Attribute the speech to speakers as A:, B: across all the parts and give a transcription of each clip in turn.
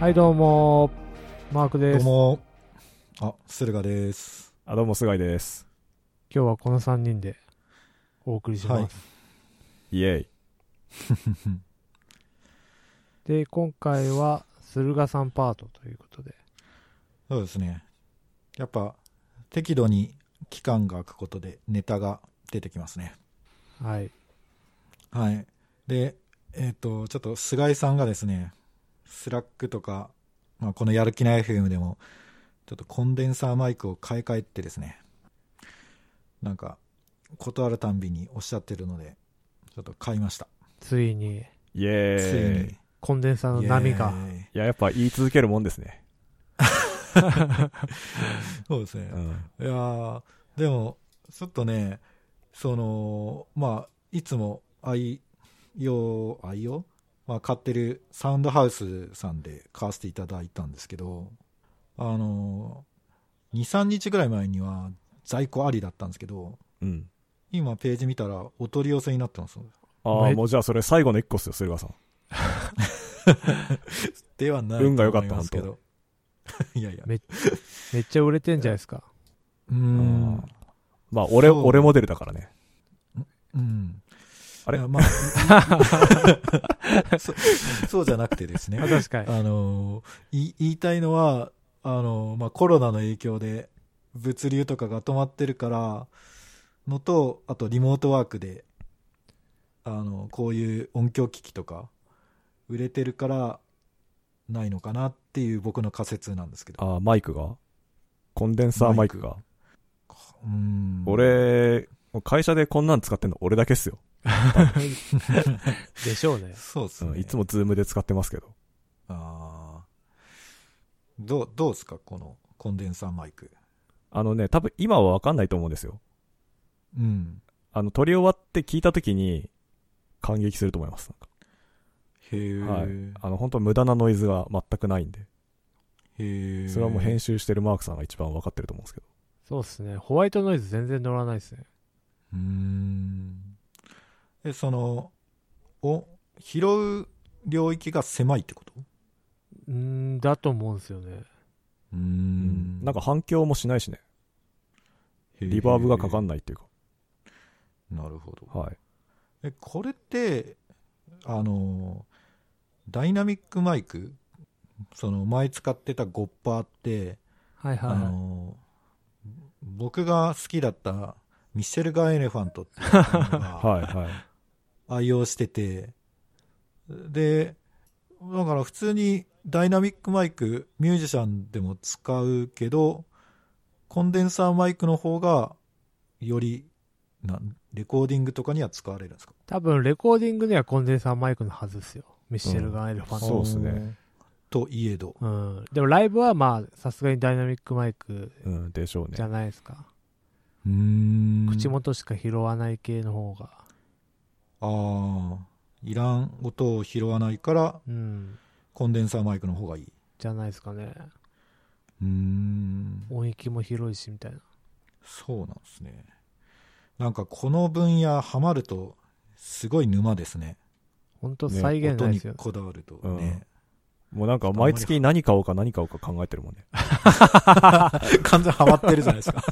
A: はい、どうも。マーク
B: ど
A: で
B: う
A: す。
B: も。あ、駿河です。
C: あどうも菅井です
A: 今日はこの3人でお送りします。
B: はい
C: イエイ
A: で、今回は、駿河さんパートということで。
B: そうですね。やっぱ、適度に期間が空くことでネタが出てきますね。
A: はい。
B: はい。で、えっ、と、ちょっと菅井さんがですね、スラックとか、まあ、このやる気ない FM でも、ちょっとコンデンサーマイクを買い替えってですね、なんか、断るたんびにおっしゃってるので、ちょっと買いました。
A: ついに、
B: つい
C: イエーイ
B: に
C: い。
A: コンデンサーの波が
B: イ。エーイ
C: ややっぱ言い続けるもんですね、
B: そうですね
C: う。ん、
B: いやーでも、ちょっとね、その、まあ、いつも愛用、愛用まあ、買ってるサウンドハウスさんで買わせていただいたんですけど、あのー、2、3日ぐらい前には在庫ありだったんですけど、
C: うん、
B: 今ページ見たらお取り寄せになってます。
C: ああ
A: め
C: もうじゃあそれ最後の1個っすよ駿河さん
B: ではない
C: 運が良
B: と
C: かっ
B: 思
C: た
B: いますけど。 いやいや。
A: めめっちゃ売れてんじゃないですか。
B: うー
C: うんん。まあ俺
B: そう
C: 俺モデルだからね
B: うん。
C: あれ
B: いやまあ、 そ そうじゃなくてですね
A: あ。確かに。
B: あのい言いたいのはあの、まあ、コロナの影響で物流とかが止まってるからのとあとリモートワークであのこういう音響機器とか売れてるからないのかなっていう僕の仮説なんですけど
C: あーマイクがコンデンサーマイクが
B: うん
C: 俺もう会社でこんなん使ってんの俺だけっすよ、
A: でしょうね。
B: そうっす
C: う
B: ね、
C: ん、いつもズームで使ってますけど
B: あーどうどうですかこのコンデンサーマイク
C: あのね多分今は分かんないと思うんですよ
B: うん
C: あの撮り終わって聞いた時に感激すると思います
B: へえ、
C: なんか、はい、あの本当無駄なノイズが全くないんで
B: へえ
C: それはもう編集してるマークさんが一番分かってると思うんですけど
A: そうっすね。ホワイトノイズ全然乗らないですね。
B: うーんえそのお拾う領域が狭いってこと
A: うーん、だと思うんですよね。
B: う
C: うんなん
B: か
C: か反響もしないしね、リバーブがかかんないっていうか、
B: なるほど
C: はい。
B: えこれってあのダイナミックマイクその前使ってたゴッパーって、
A: はいはい
B: あ
A: はい。
B: の僕が好きだったミシェルガー・エレファントっていうの が
C: はい、はい。
B: 愛用しててでだから普通にダイナミックマイクミュージシャンでも使うけどコンデンサーマイクの方がよりなんレコーディングとかには使われるんですか
A: 多分、レコーディングではコンデンサーマイクのはずっすよ。ミッシェルガン・エレファント
C: そうっすね
B: といえど
A: うん、でもライブはまあさすがにダイナミックマイク
C: うん、でしょう
A: じゃ
C: ね。
A: ないですか、
B: うん
A: 口元しか拾わない系の方が
B: ああいらん音を拾わないから
A: うん
B: コンデンサーマイクの方がいい
A: じゃないですかね
B: うん
A: 音域も広いしみたいな
B: そうなんですねなんかこの分野ハマるとすごい沼ですね
A: 本当
C: ね
A: 再現な
B: 音
A: いで
B: に
A: すよ、ね
B: こだわるとね、
C: うんもうなんか毎月何買おうか何買おうか考えてるもんね。
B: 完全ハマってるじゃないですか。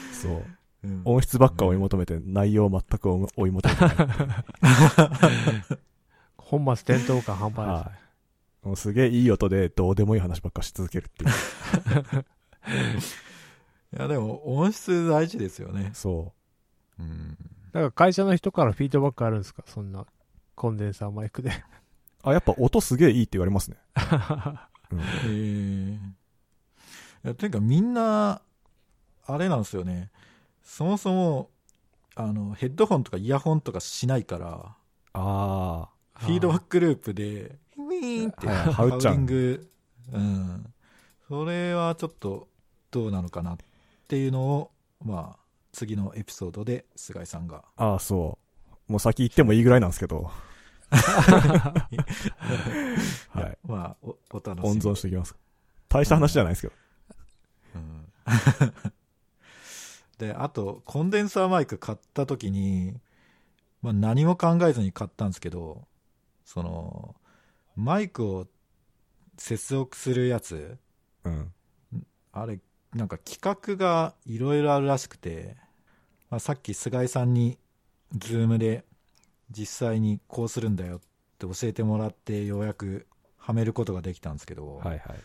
C: そう。
B: うん
C: 音質ばっか追い求めて、内容全く追い求めてない。
A: 本末転倒感半端ないです、
C: はい。もうすげえいい音で、どうでもいい話ばっかし続けるっていう。
B: いや、でも音質大事ですよね。
C: そ
B: うん。
A: だから会社の人からフィードバックあるんですかそんなコンデンサーマイクで
C: う。あ、やっぱ音すげえいいって言われますね。う
B: え
C: ん
B: ー、いやていうかみんな、あれなんですよね。そもそも、あの、ヘッドホンとかイヤホンとかしないから、
C: あ
B: フィードバックループで、ウィーンって、
C: はいはい羽打っちゃう
B: ハウリング、うん。それはちょっとどうなのかなっていうのを、まあ、次のエピソードで菅井さんが
C: あ、ああ、そう。もう先行ってもいいぐらいなんですけ ど。はい。
B: まあ、おお楽しみ
C: 温
B: に
C: 存していきます。大した話じゃないですけど。
B: うんで、あと、コンデンサーマイク買った時に、まあ何も考えずに買ったんですけど、その、マイクを接続するやつ
C: うん。
B: あれなんか企画がいろいろあるらしくて、まあ、さっき菅井さんにズームで実際にこうするんだよって教えてもらってようやくはめることができたんですけど、
C: はいはい。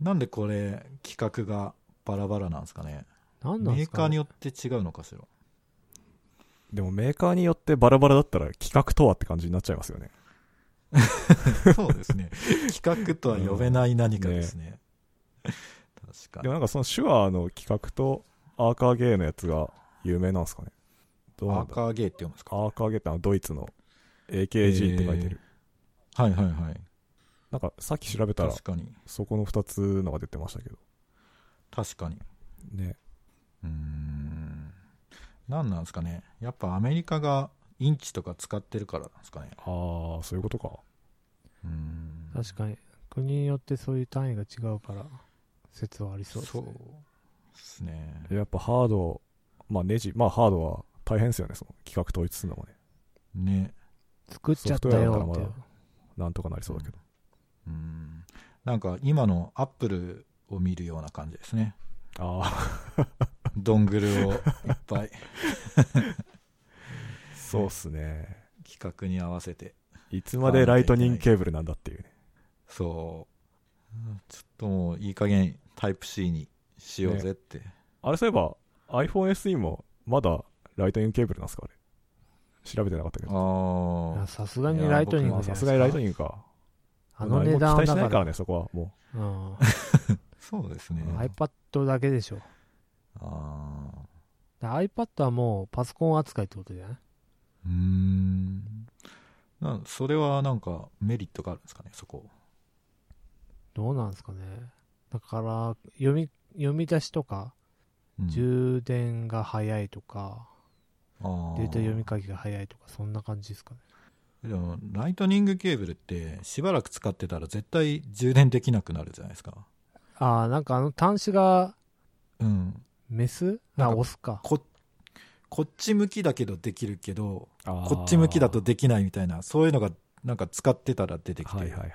B: なんでこれ企画がバラバラなんですかね
A: 何なんで
B: メー
A: すか
B: カーに
A: ね
B: よって違うのかしら
C: でもメーカーによってバラバラだったら企画とはって感じになっちゃいますよね。
B: そうですね。企画とは呼べない何かですね。確
C: で
B: か
C: も
B: に。
C: なんかその手話の企画とアーカーゲーのやつが有名なんですかね。どう
B: ア
C: なん
B: ー
C: だ
B: カーゲーって読むんですか
C: アーカーゲーってあのドイツの AKG って書いてる。
B: はいはいはい。
C: なんかさっき調べたら
B: 確かに。
C: そこの2つのが出てましたけど。
B: 確かに。
C: ね。
B: うーん。何なんですかね。やっぱアメリカがインチとか使ってるからなんですかね。
C: ああ、そういうことか。
B: うーん。
A: 確かに国によってそういう単位が違うから説はありそうです
B: そう
A: ね
B: ですね。
C: やっぱハード、まあネジ、まあハードは大変ですよね、その企画統一するのもね。
B: ね。
A: 作っちゃったよっ
C: ソフトウェ
A: て
C: アだからまなんとかなりそうだけど。
B: うーん。なんか今のアップルを見るような感じですね。
C: あ
B: ドングルをいっぱい
C: あ、そうっすね。
B: 企画に合わせて。
C: いつまでライトニングケーブルなんだっていうね。
B: そう。うんちょっともういい加減タイプ C にしようぜって。
C: あれそういえば iPhone SE もまだライトニングケーブルなんですかあれ。調べてなかったけど。
A: い
B: あ
A: や
B: あ。
A: さすがにライトニン
B: い
A: グ
C: まあ
A: じゃ
C: さ
A: ないですす
C: がにライト
A: ン
C: ニングか。
A: あの値段
C: もう
A: は
C: 期待し
A: だ
C: ないか
A: から
C: ね、そこはも
A: ら、 うん、
B: そうですね。
A: iPad だけでしょ
B: ああ。
A: だ iPad はもうパソコン扱いってことじゃないう
B: ーん。なんそれはなんかメリットがあるんですかね、そこ。
A: どうなんですかねだから読み読み出しとか
B: うん
A: 充電が早いとか、
B: あー
A: データ読み書きが早いとかそんな感じですかね
B: でも、ライトニングケーブルってしばらく使ってたら絶対充電できなくなるじゃないですか。
A: ああなんかあの端子が
B: うん。
A: メス
B: なん
A: あ
B: か
A: 押すか
B: こ、こっち向きだけどできるけど、
C: う。
B: こっち向きだとできないみたいな、そういうのがなんか使ってたら出てきて、
C: はいはいはい。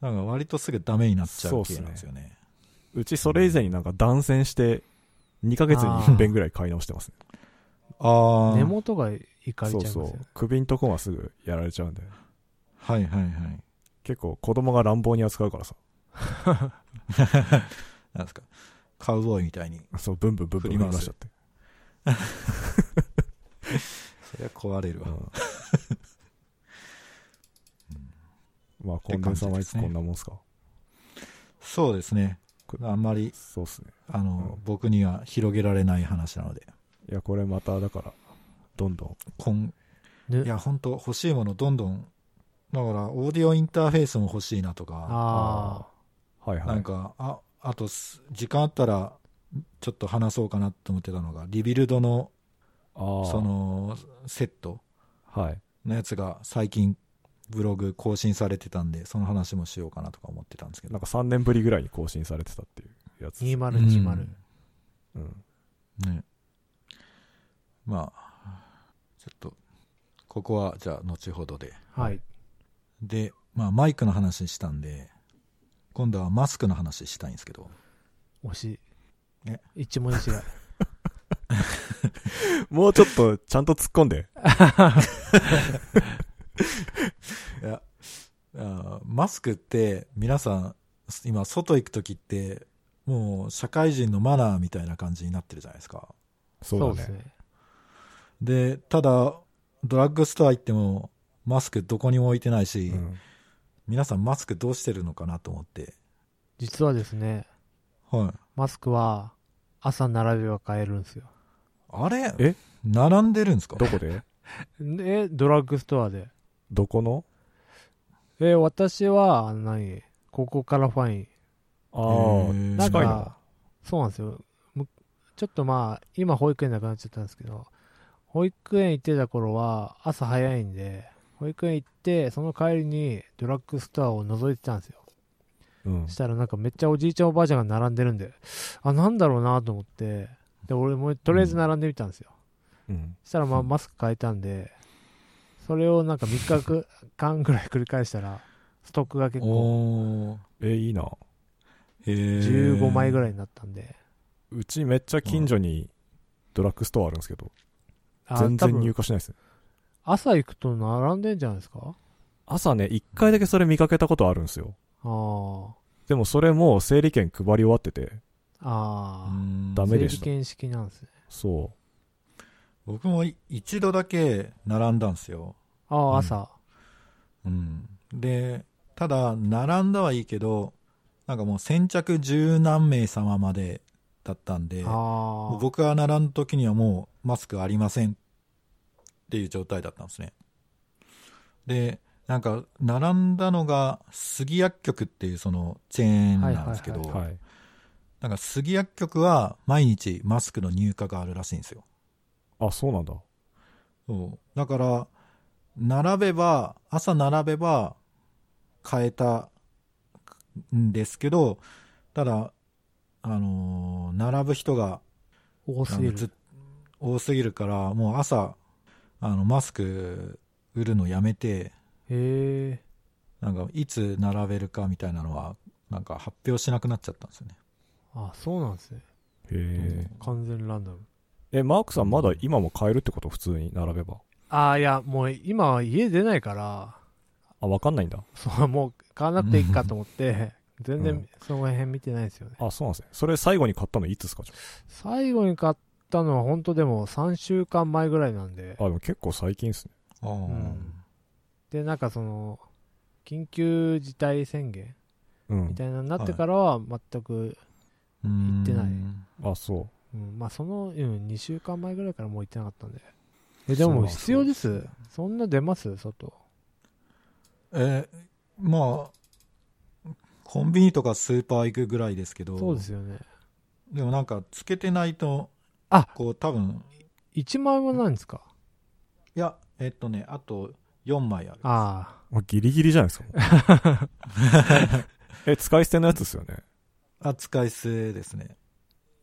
B: なんか割とすぐダメになっちゃう系なんですよね。
C: うちそれ以前になんか断線して2ヶ月に1遍ぐらい買い直してますね。
B: ああ。
A: 根元がいかれちゃい
C: そ
A: ま
C: う
A: すよ、ね、
C: そう。首んとこはすぐやられちゃうんで。
B: はいはいはい。
C: 結構子供が乱暴に扱うからさ。
B: なんですか。カウボーイみたいに。
C: そう、ブンブンブンブン
B: 振り回す
C: 回しちゃって。
B: そりゃ壊れる わ。
C: うんまあ、コンデンサーマイクこんなもんすか。
B: そうですね
C: こ。
B: あんまり、
C: そうっすね。
B: あの、
C: うん
B: 僕には広げられない話なので。
C: いや、これまた、だから、どんどん。
B: こん
A: ね
B: いや、本当欲しいものどんどん。だから、オーディオインターフェースも欲しいなとか、
A: あ
C: はいはい。
B: なんか、あ、あとす、時間あったら、ちょっと話そうかなと思ってたのが、リビルドの、
C: あー
B: そ、の、セット
C: はい。
B: のやつが最近、ブログ更新されてたんで、その話もしようかなとか思ってたんですけど
C: な。んか3年ぶりぐらいに更新されてたっていうやつ。
A: あ2020、
C: うん。
B: ねまあちょっとここはじゃあ後ほどで
A: はい
B: でまあマイクの話したんで今度はマスクの話したいんですけど
A: 惜しい
B: ね
A: 一文字違い
C: もうちょっと、ちゃんと突っ込んで。
B: いやあーマスクって皆さん今外行く時ってもう社会人のマナーみたいな感じになってるじゃないですか
C: そう
A: で
C: だ
A: す
C: ね。
A: ね
B: でただドラッグストア行ってもマスクどこにも置いてないし、
C: うん
B: 皆さんマスクどうしてるのかなと思って
A: 実はですね
B: はい
A: マスクは朝並べば買えるんですよ
B: あれ
C: え
B: 並んでるんですか
C: どこで
A: えドラッグストアで
C: どこの
A: え私は何ここからファイン
B: へ
C: あ
B: ー
C: あ、
A: なん
C: 近いの
A: かそうなんですよむちょっとまあ今保育園なくなっちゃったんですけど保育園行ってた頃は朝早いんで保育園行ってその帰りにドラッグストアを覗いてたんですよ
C: うん
A: し。たらなんかめっちゃおじいちゃんおばあちゃんが並んでるんであなんだろうなと思ってで俺もとりあえず並んでみたんですよ、
C: うん。
A: したらまあ
B: うん
A: マスク変えたんでそれをなんか3日間ぐらい繰り返したらストックが結構
B: おー
C: え、いいな。
B: へえ
A: 15枚ぐ
B: らい
A: らいになったんで、
C: うちめっちゃ近所にドラッグストアあるんですけど、
A: あ
C: 全
A: 多
C: 然
A: 分
C: 入荷しないですね。
A: 朝行くと並んでんじゃないですか
C: 朝ね、一回だけそれ見かけたことあるんですよ。
A: あー
C: でもそれもう整理券配り終わってて、
A: あー、
C: ダメ
A: 整
C: で
A: 理
C: した
A: 券式なんですね
C: そ
B: 僕もい一度だけ並んだんですよ、
A: あ
B: うん
A: あ朝、
B: うん、でただ並んだはいいけどなんかもう先着十何名様までだったんで
A: あ
B: も
A: あ
B: う僕が並んだ時にはもうマスクありませんっていう状態だったんですねでなんか並んだのが杉薬局っていうそのチェーンなんですけど、
C: う。はい。
B: なんか杉薬局は毎日マスクの入荷があるらしいんですよ
C: あ、そうなんだ。
B: そうだから並べば朝並べば買えたんですけどただあのー並ぶ人が
A: 多す
B: あ
A: ぎ
B: のずっ
A: る
B: 多すぎるからもう朝あのマスク売るのやめて
A: へえ
B: なんかいつ並べるかみたいなのはなんか発表しなくなっちゃったんですよね
A: あそうなんですね
C: へえ。
A: 完全ランダム
C: え、マークさんまだ今も買えるってこと普通に並べば。
A: ああいやもう今は家出ないから
C: あ、わかんないんだ。
A: そうもう買わなくていいかと思って全
C: う
A: 然
C: ん
A: その辺見てないですよね、
C: あ、そうなんですね。それ最後に買ったのいつですかじゃ
A: 最後に買ったのは本当でも3週間前ぐらいなんで
C: あ。あ、でも結構最近ですね。
B: あー
A: んでなんかその緊急事態宣言
C: う
A: み
C: ん。
A: たいなのになってからは全く、
B: うん
A: 行ってない
C: あ、そう。
A: うん、まあその、うん、2週間前ぐらいからもう行ってなかったんでえでも
B: そう
A: 必要ですそんな出ます外
B: えーまあコンビニとかスーパー行くぐらいですけど
A: そうですよね
B: でもなんかつけてないと
A: あ
B: こう多分
A: 1万円もないんですか
B: いやえっとねあと4枚ある
A: ああ
C: あ、ギリギリじゃないですか。え、使い捨てのやつですよね。
B: 扱い数ですね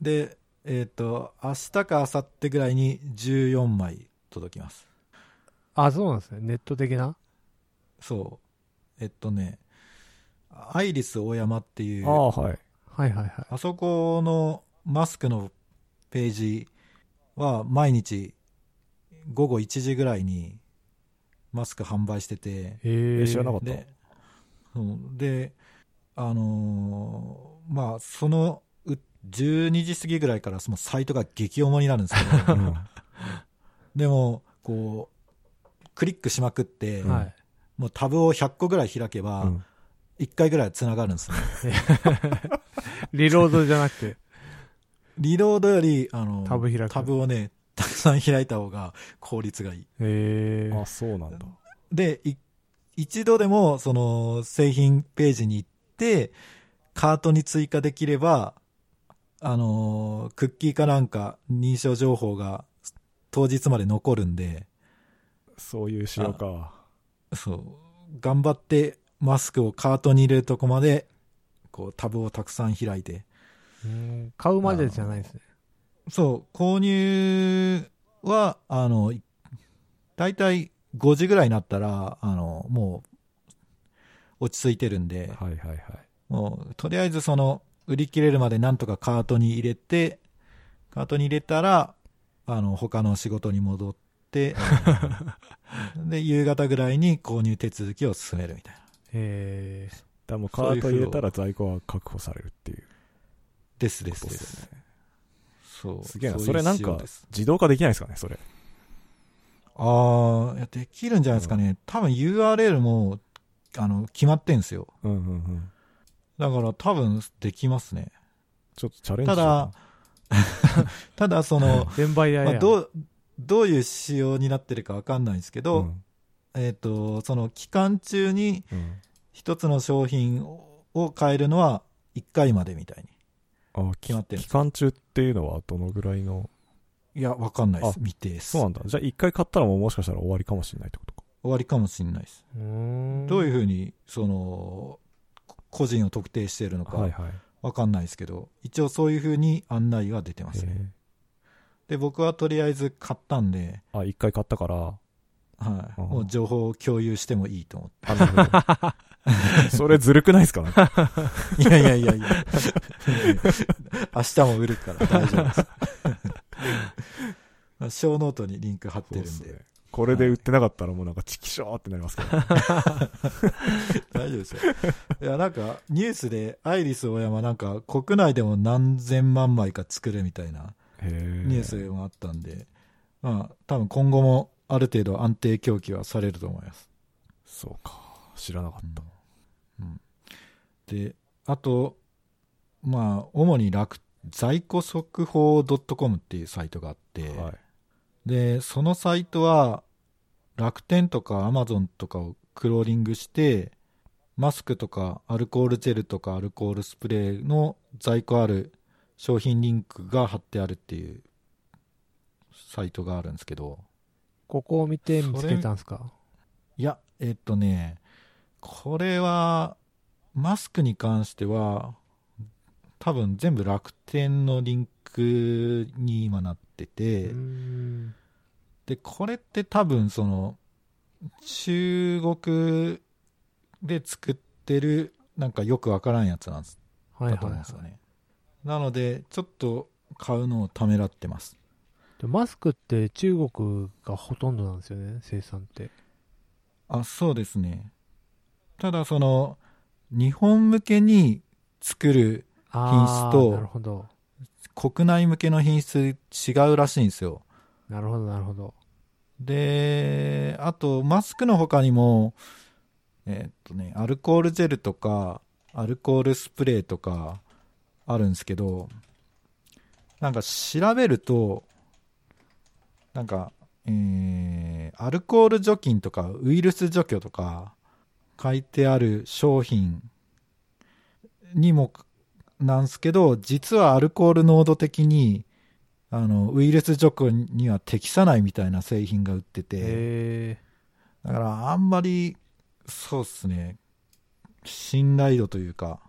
B: でえっ、と明日か明後日ぐらいに14枚届きます
A: あそうなんですねネット的な
B: そうえっとねアイリス大山っていう
C: ああ、はい。
A: はいはいはい
B: あそこのマスクのページは毎日午後1時ぐらいにマスク販売してて
A: へ
C: え知らなかった
B: でうんであのーまあそのう12時過ぎぐらいからそのサイトが激重になるんですけ
C: う
B: ど
C: ん
B: でもこうクリックしまくって、
A: はい
B: もうタブを100個ぐらい開けば、
C: うん
B: 1回ぐらいつながるんですね
A: リロードじゃなくて
B: リロードよりあの
A: タブ開く
B: タブをねたくさん開いた方が効率がいい
A: へえ
C: あ、そうなんだ。
B: でい一度でもその製品ページに行ってカートに追加できればあのークッキーかなんか認証情報が当日まで残るんで
C: そういう仕様か。
B: そう頑張ってマスクをカートに入れるとこまでこうタブをたくさん開いて
A: うん買うまでじゃないですね
B: そう購入はあのい大体5時ぐらいになったらあのもう落ち着いてるんで、
C: はいはいはい。
B: もう、とりあえずその、売り切れるまでなんとかカートに入れて、カートに入れたら、あの、他の仕事に戻って、 で、夕方ぐらいに購入手続きを進めるみたいな。
A: へえ
C: でもうカート入れたら在庫は確保されるっていう
B: ですで
C: こ
B: す
C: と
B: で。
C: ですすよね。
B: そう。
C: すげえな。
B: ういう
C: それなん
B: 仕様
C: か
B: です
C: 自動化できないですかね、それ。
B: ああ、いやできるんじゃないですかね。多分 URL も、あの、決まってんすよ。
C: うんうんうん。
B: だから多分できますね。
C: ちょっとチャレンジしよう
B: たただ、 その、
A: 転売屋
B: ま
A: や、
B: あ、どう、どういう仕様になってるかわかんないんですけ
C: う
B: ど、
C: ん
B: えっ、と、その期間中に
C: うん
B: 一つの商品をを買えるのは1回までみたい
C: あき
B: 決まってる
C: 期間中っていうのはどのぐらいの。
B: に。いや、わかんないです。
C: あ
B: 未定です。
C: そうなんだ。じゃあ一回買ったらもうもしかしたら終わりかもしれないってことか。
B: 終わりかもしれないです。
A: うーん
B: どういうふうに、その、こ個人を特定しているの
C: はい
B: か
C: はい。
B: わかんないですけど、一応そういうふうに案内が出てますね。
C: へ
B: で、僕はとりあえず買ったんで、
C: ーあ、一回買ったから、
B: はい。
C: あー
B: もう情報を共有してもいいと思っ
C: あなるほどそれずるくないですかなんか
B: て。いやいやいやいや。 明日も売るから大丈夫です。 まあショーノートにリンク貼って
C: そう
B: る
C: っ
B: ん
C: す
B: で。
C: ねこれで売ってなかったらもうなんかチキショーってなりますから、
B: 大丈夫ですよ。いや、なんか、ニュースで、アイリスオーヤマなんか、国内でも何千万枚か作るみたいな
C: へえ
B: ニュースもあったんで、まあ、多分今後もある程度安定供給はされると思います。
C: そうか知らなかった、
B: うんで、あと、まあ、主に楽、在庫速報 .com っていうサイトがあって、
C: はい
B: で、そのサイトは、楽天とかアマゾンとかをクローリングして、マスクとかアルコールジェルとかアルコールスプレーの在庫ある商品リンクが貼ってあるっていうサイトがあるんですけど、
A: ここを見て見つけたんですか
B: いや、えっとね、これは、マスクに関しては、多分全部楽天のリンクに今なってて、
A: うーん
B: でこれって多分その中国で作ってるなんかよくわからんやつなんです
A: はい
B: だ
A: はい
B: と思うん
A: は
B: で
A: い
B: すよねなのでちょっと買うのをためらってます
A: でマスクって中国がほとんどなんですよね生産って
B: あそうですねただその日本向けに作る
A: ああ
B: 品質と
A: なるほど
B: 国内向けの品質違うらしいんですよ
A: なるほどなるほど
B: で、あと、マスクの他にも、えーっとね、アルコールジェルとか、アルコールスプレーとか、あるんですけど、なんか調べると、なんか、えーアルコール除菌とか、ウイルス除去とか、書いてある商品にも、なんですけど、実はアルコール濃度的に、あの、ウイルス除去には適さないみたいな製品が売ってて、
A: へえ
B: だからあんまり、そうっすね、信頼度というか、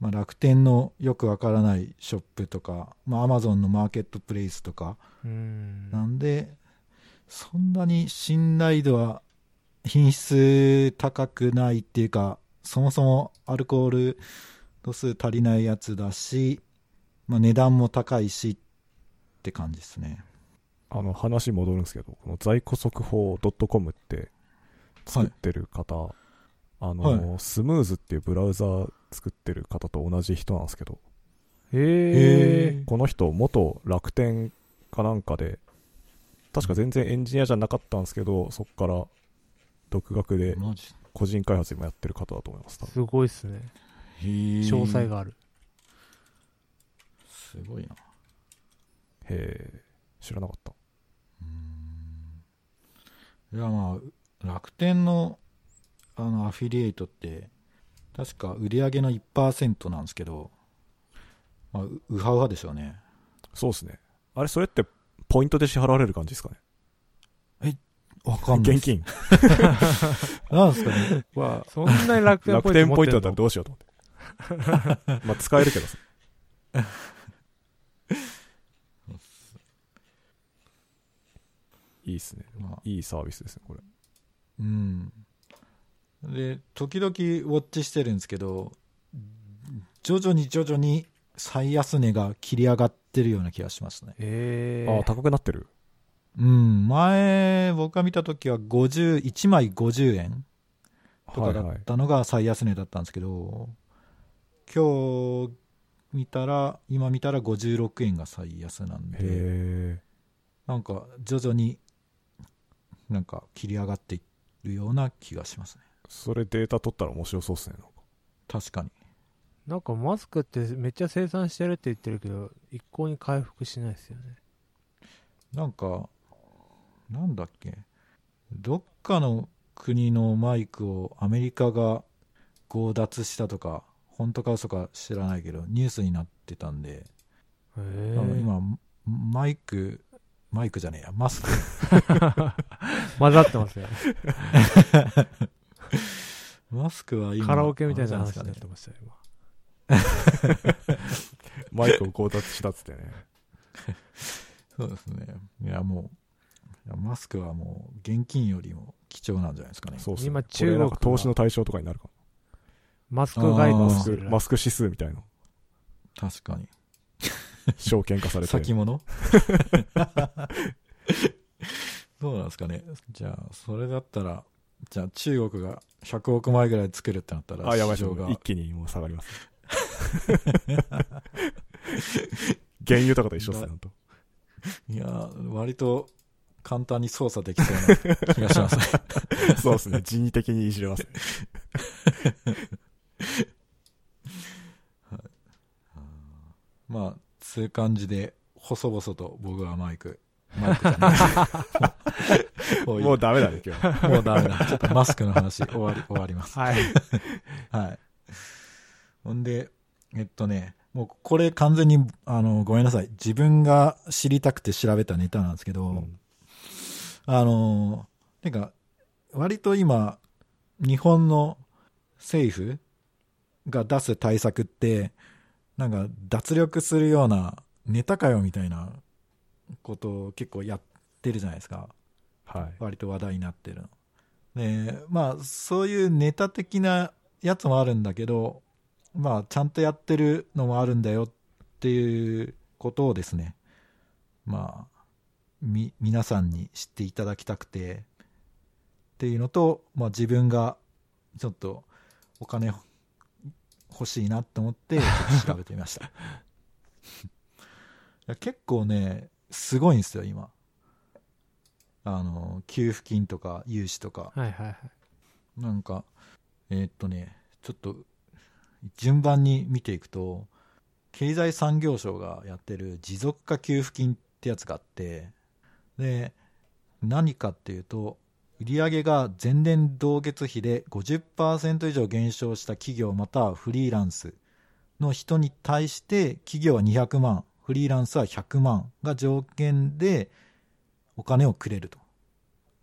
B: まあ、楽天のよくわからないショップとか、まあ、アマゾンのマーケットプレイスとか、
A: うーん
B: なんで、そんなに信頼度は品質高くないっていうか、そもそもアルコール度数足りないやつだし、まあ、値段も高いしって感じですね。
C: あの話戻るんですけどこの在庫速報 .com って作ってる方、あの、スムーズっていうブラウザー作ってる方と同じ人なんですけど
A: へえ
C: この人、元楽天かなんかで、確か全然エンジニアじゃなかったんですけど、そこから独学で
B: マジ
C: 個人開発今やってる方だと思います。多分
A: すごいっすね詳
B: 詳
A: 細。がある
B: すごいな。
C: へえ、知らなかった。
B: いやまあ楽天のあのアフィリエイトって確か売り上げの1%なんですけど、まあ、うウハウハでしょうね
C: そうですね。あれ、それってポイントで支払われる感じですかね。
B: わかんない
C: 現金。
B: なんですかねま
A: そんなに楽天ポイ
C: 楽
A: ン
C: 天
A: ト
C: ポ
A: 持っ
C: イン
A: て
C: トだ
A: る
C: ったら
A: の
C: どうしようと思 って。まあ、使えるけどさ。いいっすね。
B: あまあ
C: いいサービスですね、これ。
B: うんで時々ウォッチしてるんですけど徐々に徐々に最安値が切り上がってるような気がしますね
A: へ
C: ああ、
A: え
C: 高くなってる。
B: うん前僕が見た時は50 1枚50円とかだ
C: はいは
B: っ
C: い。
B: たのが最安値だったんですけど、今日見たら今見たら56円が最安なんで
C: へえ。
B: なんか徐々になんか切り上がっているような気がしますね
C: それデータ取ったら面白そうですね。なんか
B: 確かに
A: なんかマスクってめっちゃ生産してるって言ってるけど一向に回復しないですよね
B: なんかなんだっけどっかの国のマイクをアメリカが強奪したとか本当か嘘か知らないけどニュースになってたんで
A: へ
B: あ
A: え
B: の今マイクマイクじゃねえやマスク
A: 混ざってますね
B: マスクは今
A: カラオケみたいな話
B: あ
A: に
B: れ
A: なんっ
B: で
A: て
B: すかね
A: ましたよ今
C: マイクを強奪したっつってね。
B: そうですねいやもうやマスクはもう現金よりも貴重なんじゃないですかね。
C: そうっすね
A: 今
C: これ
A: 中国
C: なんか投資の
A: が
C: 対象とかになるかも
A: マスク外
B: あー
C: マ
A: 交
C: ス
A: す
C: ク
A: る
C: マスク指数みたいな
B: 確かに。
C: 証券化されて
B: 先 物どうなんですかね。じゃあ、それだったら、じゃあ中国が100億枚ぐらい作るってなったら、
C: あやばい
B: 市場が
C: 一気にもう下がります原油とかと一緒っすねほんと
B: いやー、割と簡単に操作できそうな気がします ね。
C: そうですね。人為的にいじれますね。
B: まあ、そういう感じで、細々と僕はマイク、マイクじゃ ない。もういい
C: もうダメだね、今 日。
B: もうダメだ。ちょっとマスクの話、終わり、終わります。
A: はい。
B: はい。ほんで、えっとね、もうこれ完全に、あの、ごめんなさい。自分が知りたくて調べたネタなんですけど、あの、てか、割と今、日本の政府が出す対策って、なんか脱力するようなネタかよみたいなことを結構やってるじゃないですか。
C: はい。
B: 割と話題になってるの。で、まあ、そういうネタ的なやつもあるんだけど、まあ、ちゃんとやってるのもあるんだよっていうことをですね、まあ、み、皆さんに知っていただきたくて、っていうのと、まあ自分がちょっとお金欲しいなと思って、ちょっと調べてみました。い や結構ね、すごいんですよ、今。あの、給付金とか融資とか。
A: はいはいはい。
B: なんか、えーっとね、ちょっと、順番に見ていくと、経済産業省がやってる持続化給付金ってやつがあって、で、何かっていうと、売上が前年同月比で50%以上減少した企業またはフリーランスの人に対して、企業は200万、フリーランスは100万が条件でお金をくれると。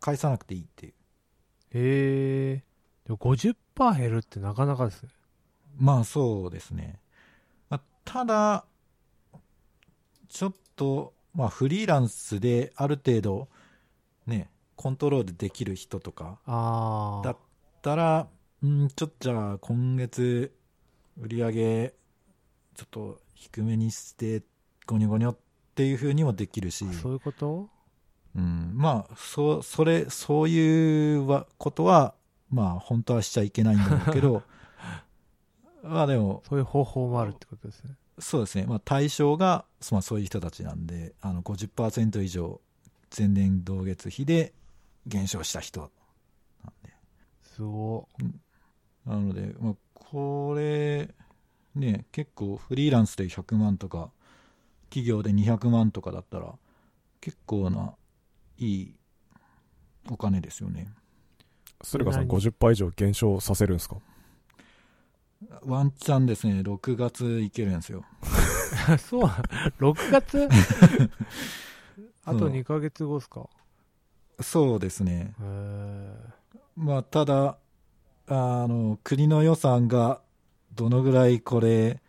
B: 返さなくていいっていう。
A: えー、でも50%減るってなかなかですね。
B: まあそうですね。まあ、ただ、ちょっと、まあフリーランスである程度、ね、コントロールできる人とか
A: あ
B: だ
A: あ
B: っ。たら、うん、ちょっとじゃあ今月売り上げ、ちょっと低めにして、ゴニョゴニョっていう風にもできるし、
A: そういうこと
B: うん、まあ、そう、それ、そういうわことは、まあ本当はしちゃいけないんだろう けど、まあでも、
A: そういう方法もあるってことですね。
B: そうですね、まあ、対象が、そまあ、そういう人たちなんで、あの50%以上、前年同月比で減少した人なんで。
A: すご
B: なので、まあ、これ、ね、結構フリーランスで100万とか、企業で200万とかだったら、結構な、いいお金ですよね。
C: スルカさん
A: 何
C: 50%以上減少させるんですか
B: ワンチャンですね、6月いけるんですよ。
A: っ。 そう、6月あ
B: そ
A: と
B: う
A: 2ヶ月後ですか。
B: そうですね。
A: へー。
B: まあ、ただ、あの、国の予算がどのぐらいこれ、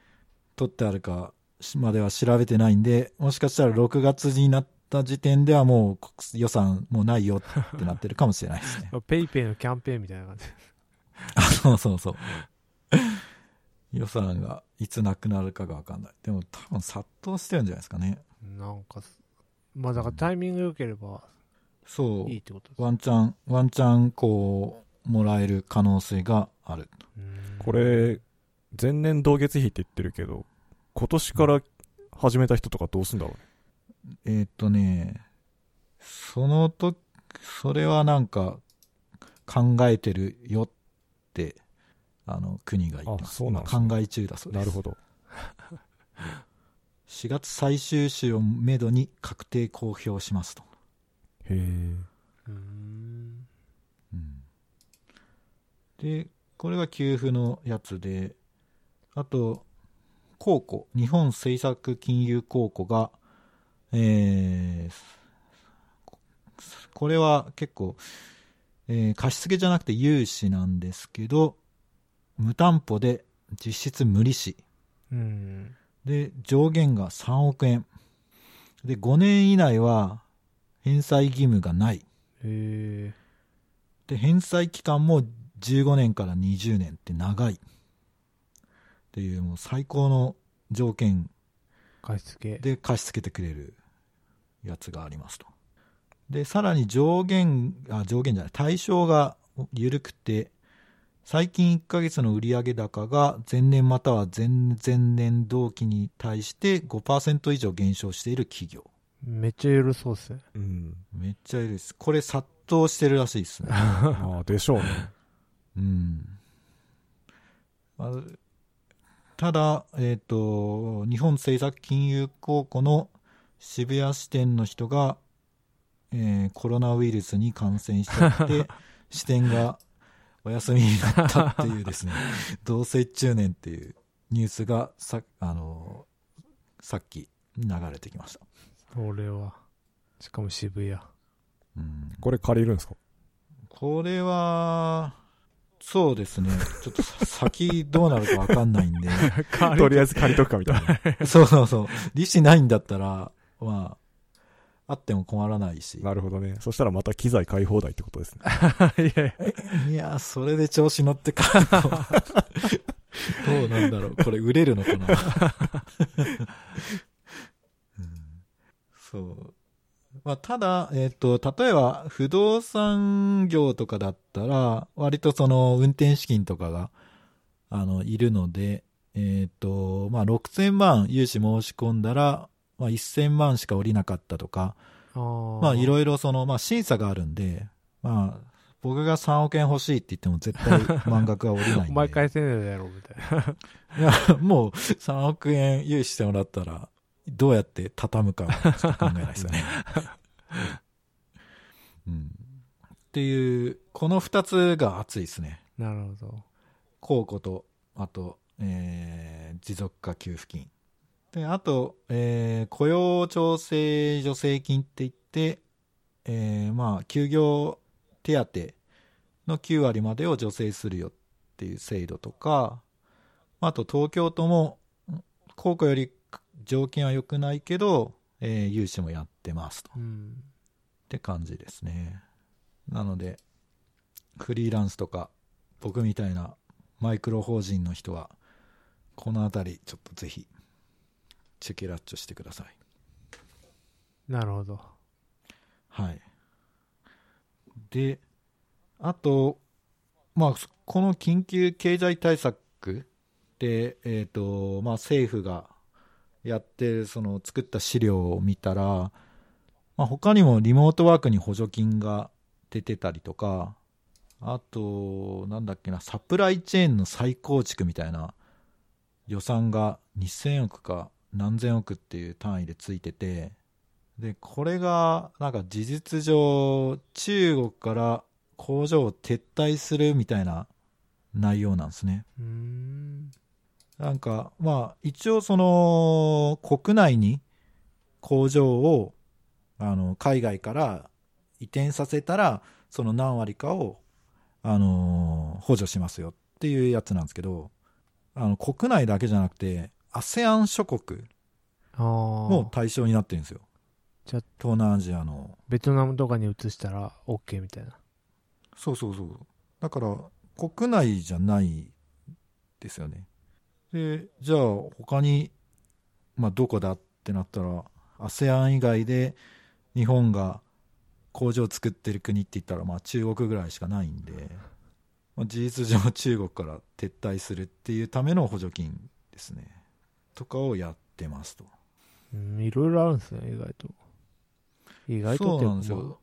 B: 取ってあるかしまでは調べてないんで、もしかしたら6月になった時点ではもう国予算もうないよってなってるかもしれないですね
A: ペイペイのキャンペーンみたいな感じ。
B: あそうそうそう。予算がいつなくなるかがわかんない。でも多分殺到してるんじゃないですかね。
A: なんかす、まあだからタイミング良ければ
B: そ
A: いいってことです
B: う。
A: ね。
B: ワンチャン、ワンチャンこう、もらえる可能性がある。
A: うん
C: こ、れ、前年同月比って言ってるけど、今年から始めた人とかどうすんだろうね。
B: えーっとね、そのと、それはなんか考えてるよって、あの、国が言ってます。
C: あそうなんですね
B: 今考え中だそうです。
C: なるほど。
B: 4月最終週をめどに確定公表しますと。
C: へえ。
A: うん。
B: で、これが給付のやつで、あと、公庫、日本政策金融公庫が、えーここれは結構、えー貸し付けじゃなくて融資なんですけど、無担保で実質無利子。
A: うん。
B: で、上限が3億円。で、5年以内は、返済義務がない。
A: え
B: で、返済期間も15年から20年って長い。っていう、もう最高の条件
A: ー、貸し付け。
B: で貸し付けてくれるやつがありますと。で、さらに上限、あ、上限じゃない、対象が緩くて、最近1ヶ月の売上高が前年または前々年同期に対して5%以上減少している企業。
A: めっちゃ緩そうっすね。
C: うん。
B: めっちゃいいです。これ殺到してるらしいですね。
C: ああ、でしょうね。
B: うん。まあただ、えっ、と、日本政策金融公庫の渋谷支店の人が、えーコロナウイルスに感染しちゃって、支店がお休みになったっていうですね、 同棲中年っていうニュースがさ、あのさっき流れてきました。
A: それは。しかも渋谷。
B: うん
C: これ借りるんですか
B: これは、そうですね。ちょっとさ先どうなるかわかんないんで。
C: とりあえず 借りとくかみたいな。
B: そうそうそう。利子ないんだったら、まあ、あっても困らないし。
C: なるほどね。そしたらまた機材買い放題ってことですね。
A: いやいや
B: いやー、それで調子乗ってからのどうなんだろう。これ売れるのかな、うんそう。まあ、ただ、えっ、と、例えば、不動産業とかだったら、割とその、運転資金とかが、あの、いるので、えっ、と、まあ、6000万融資申し込んだら、まあ、1000万しか降りなかったとか、
A: あー
B: まあいろいろその、まあ審査があるんで、まあ僕が3億円欲しいって言っても絶対満額は降りないんで。
A: お前返せねえだろ、みたいな。
B: いや、 もう3億円融資してもらったら、どうやって畳むかはちょっと考えないですよね。うん。っていう、この2つが熱いですね。
A: なるほど。
B: 公庫と、あと、えー持続化給付金。で、あと、えー雇用調整助成金って言って、えーまあ、休業手当の9割までを助成するよっていう制度とか、まああと東京都も、公庫より条件は良くないけど、えー融資もやってますと。
A: うん。
B: って感じですね。なので、フリーランスとか、僕みたいなマイクロ法人の人は、このあたり、ちょっとぜひ、チェケラッチョしてください。
A: なるほど。
B: はい。で、あと、まあ、そこの緊急経済対策で、えっ、と、まあ、政府がやってる、その、作った資料を見たら、まあ、他にもリモートワークに補助金が出てたりとか、あと、なんだっけな、サプライチェーンの再構築みたいな予算が2000億か何千億っていう単位でついてて、で、これが、なんか事実上、中国から工場を撤退するみたいな内容なんですね。
A: うーん。
B: なんか、まあ、一応その、国内に工場を、あの、海外から移転させたら、その何割かを、あのー補助しますよっていうやつなんですけど、あの、国内だけじゃなくて、ASEAN 諸国
A: ああ。
B: も対象になってるんですよ。
A: じゃあ
B: 東南アジアの
A: ベトナムとかに移したら OK みたいな。
B: そうそうそう。だから、国内じゃないですよね。で、じゃあ、他に、まあ、どこだってなったら、ASEAN 以外で日本が工場を作ってる国って言ったら、まあ、中国ぐらいしかないんで、まあ、事実上中国から撤退するっていうための補助金ですね。とかをやってますと。
A: うん、いろいろあるんですね、意外と。意外とっ
B: そう
A: て
B: なんですよ。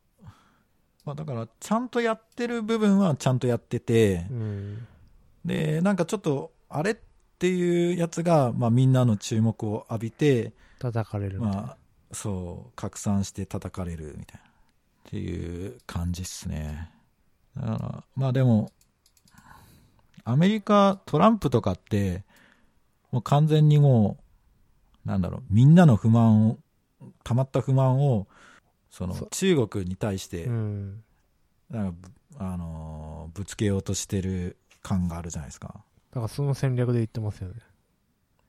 B: まあ、だから、ちゃんとやってる部分はちゃんとやってて、
A: うん。
B: で、なんかちょっと、あれっていうやつが、まあみんなの注目を浴びて、
A: 叩かれるみたいな。
B: まあ、そう、拡散して叩かれるみたいな。っていう感じっすね。だから、まあでも、アメリカ、トランプとかって、もう完全にもう、なんだろう、みんなの不満を、溜まった不満を、その
A: そ、
B: 中国に対して、
A: うん。
B: なんかぶあのーぶつけようとしてる感があるじゃないですか。
A: だからその戦略で言ってますよね。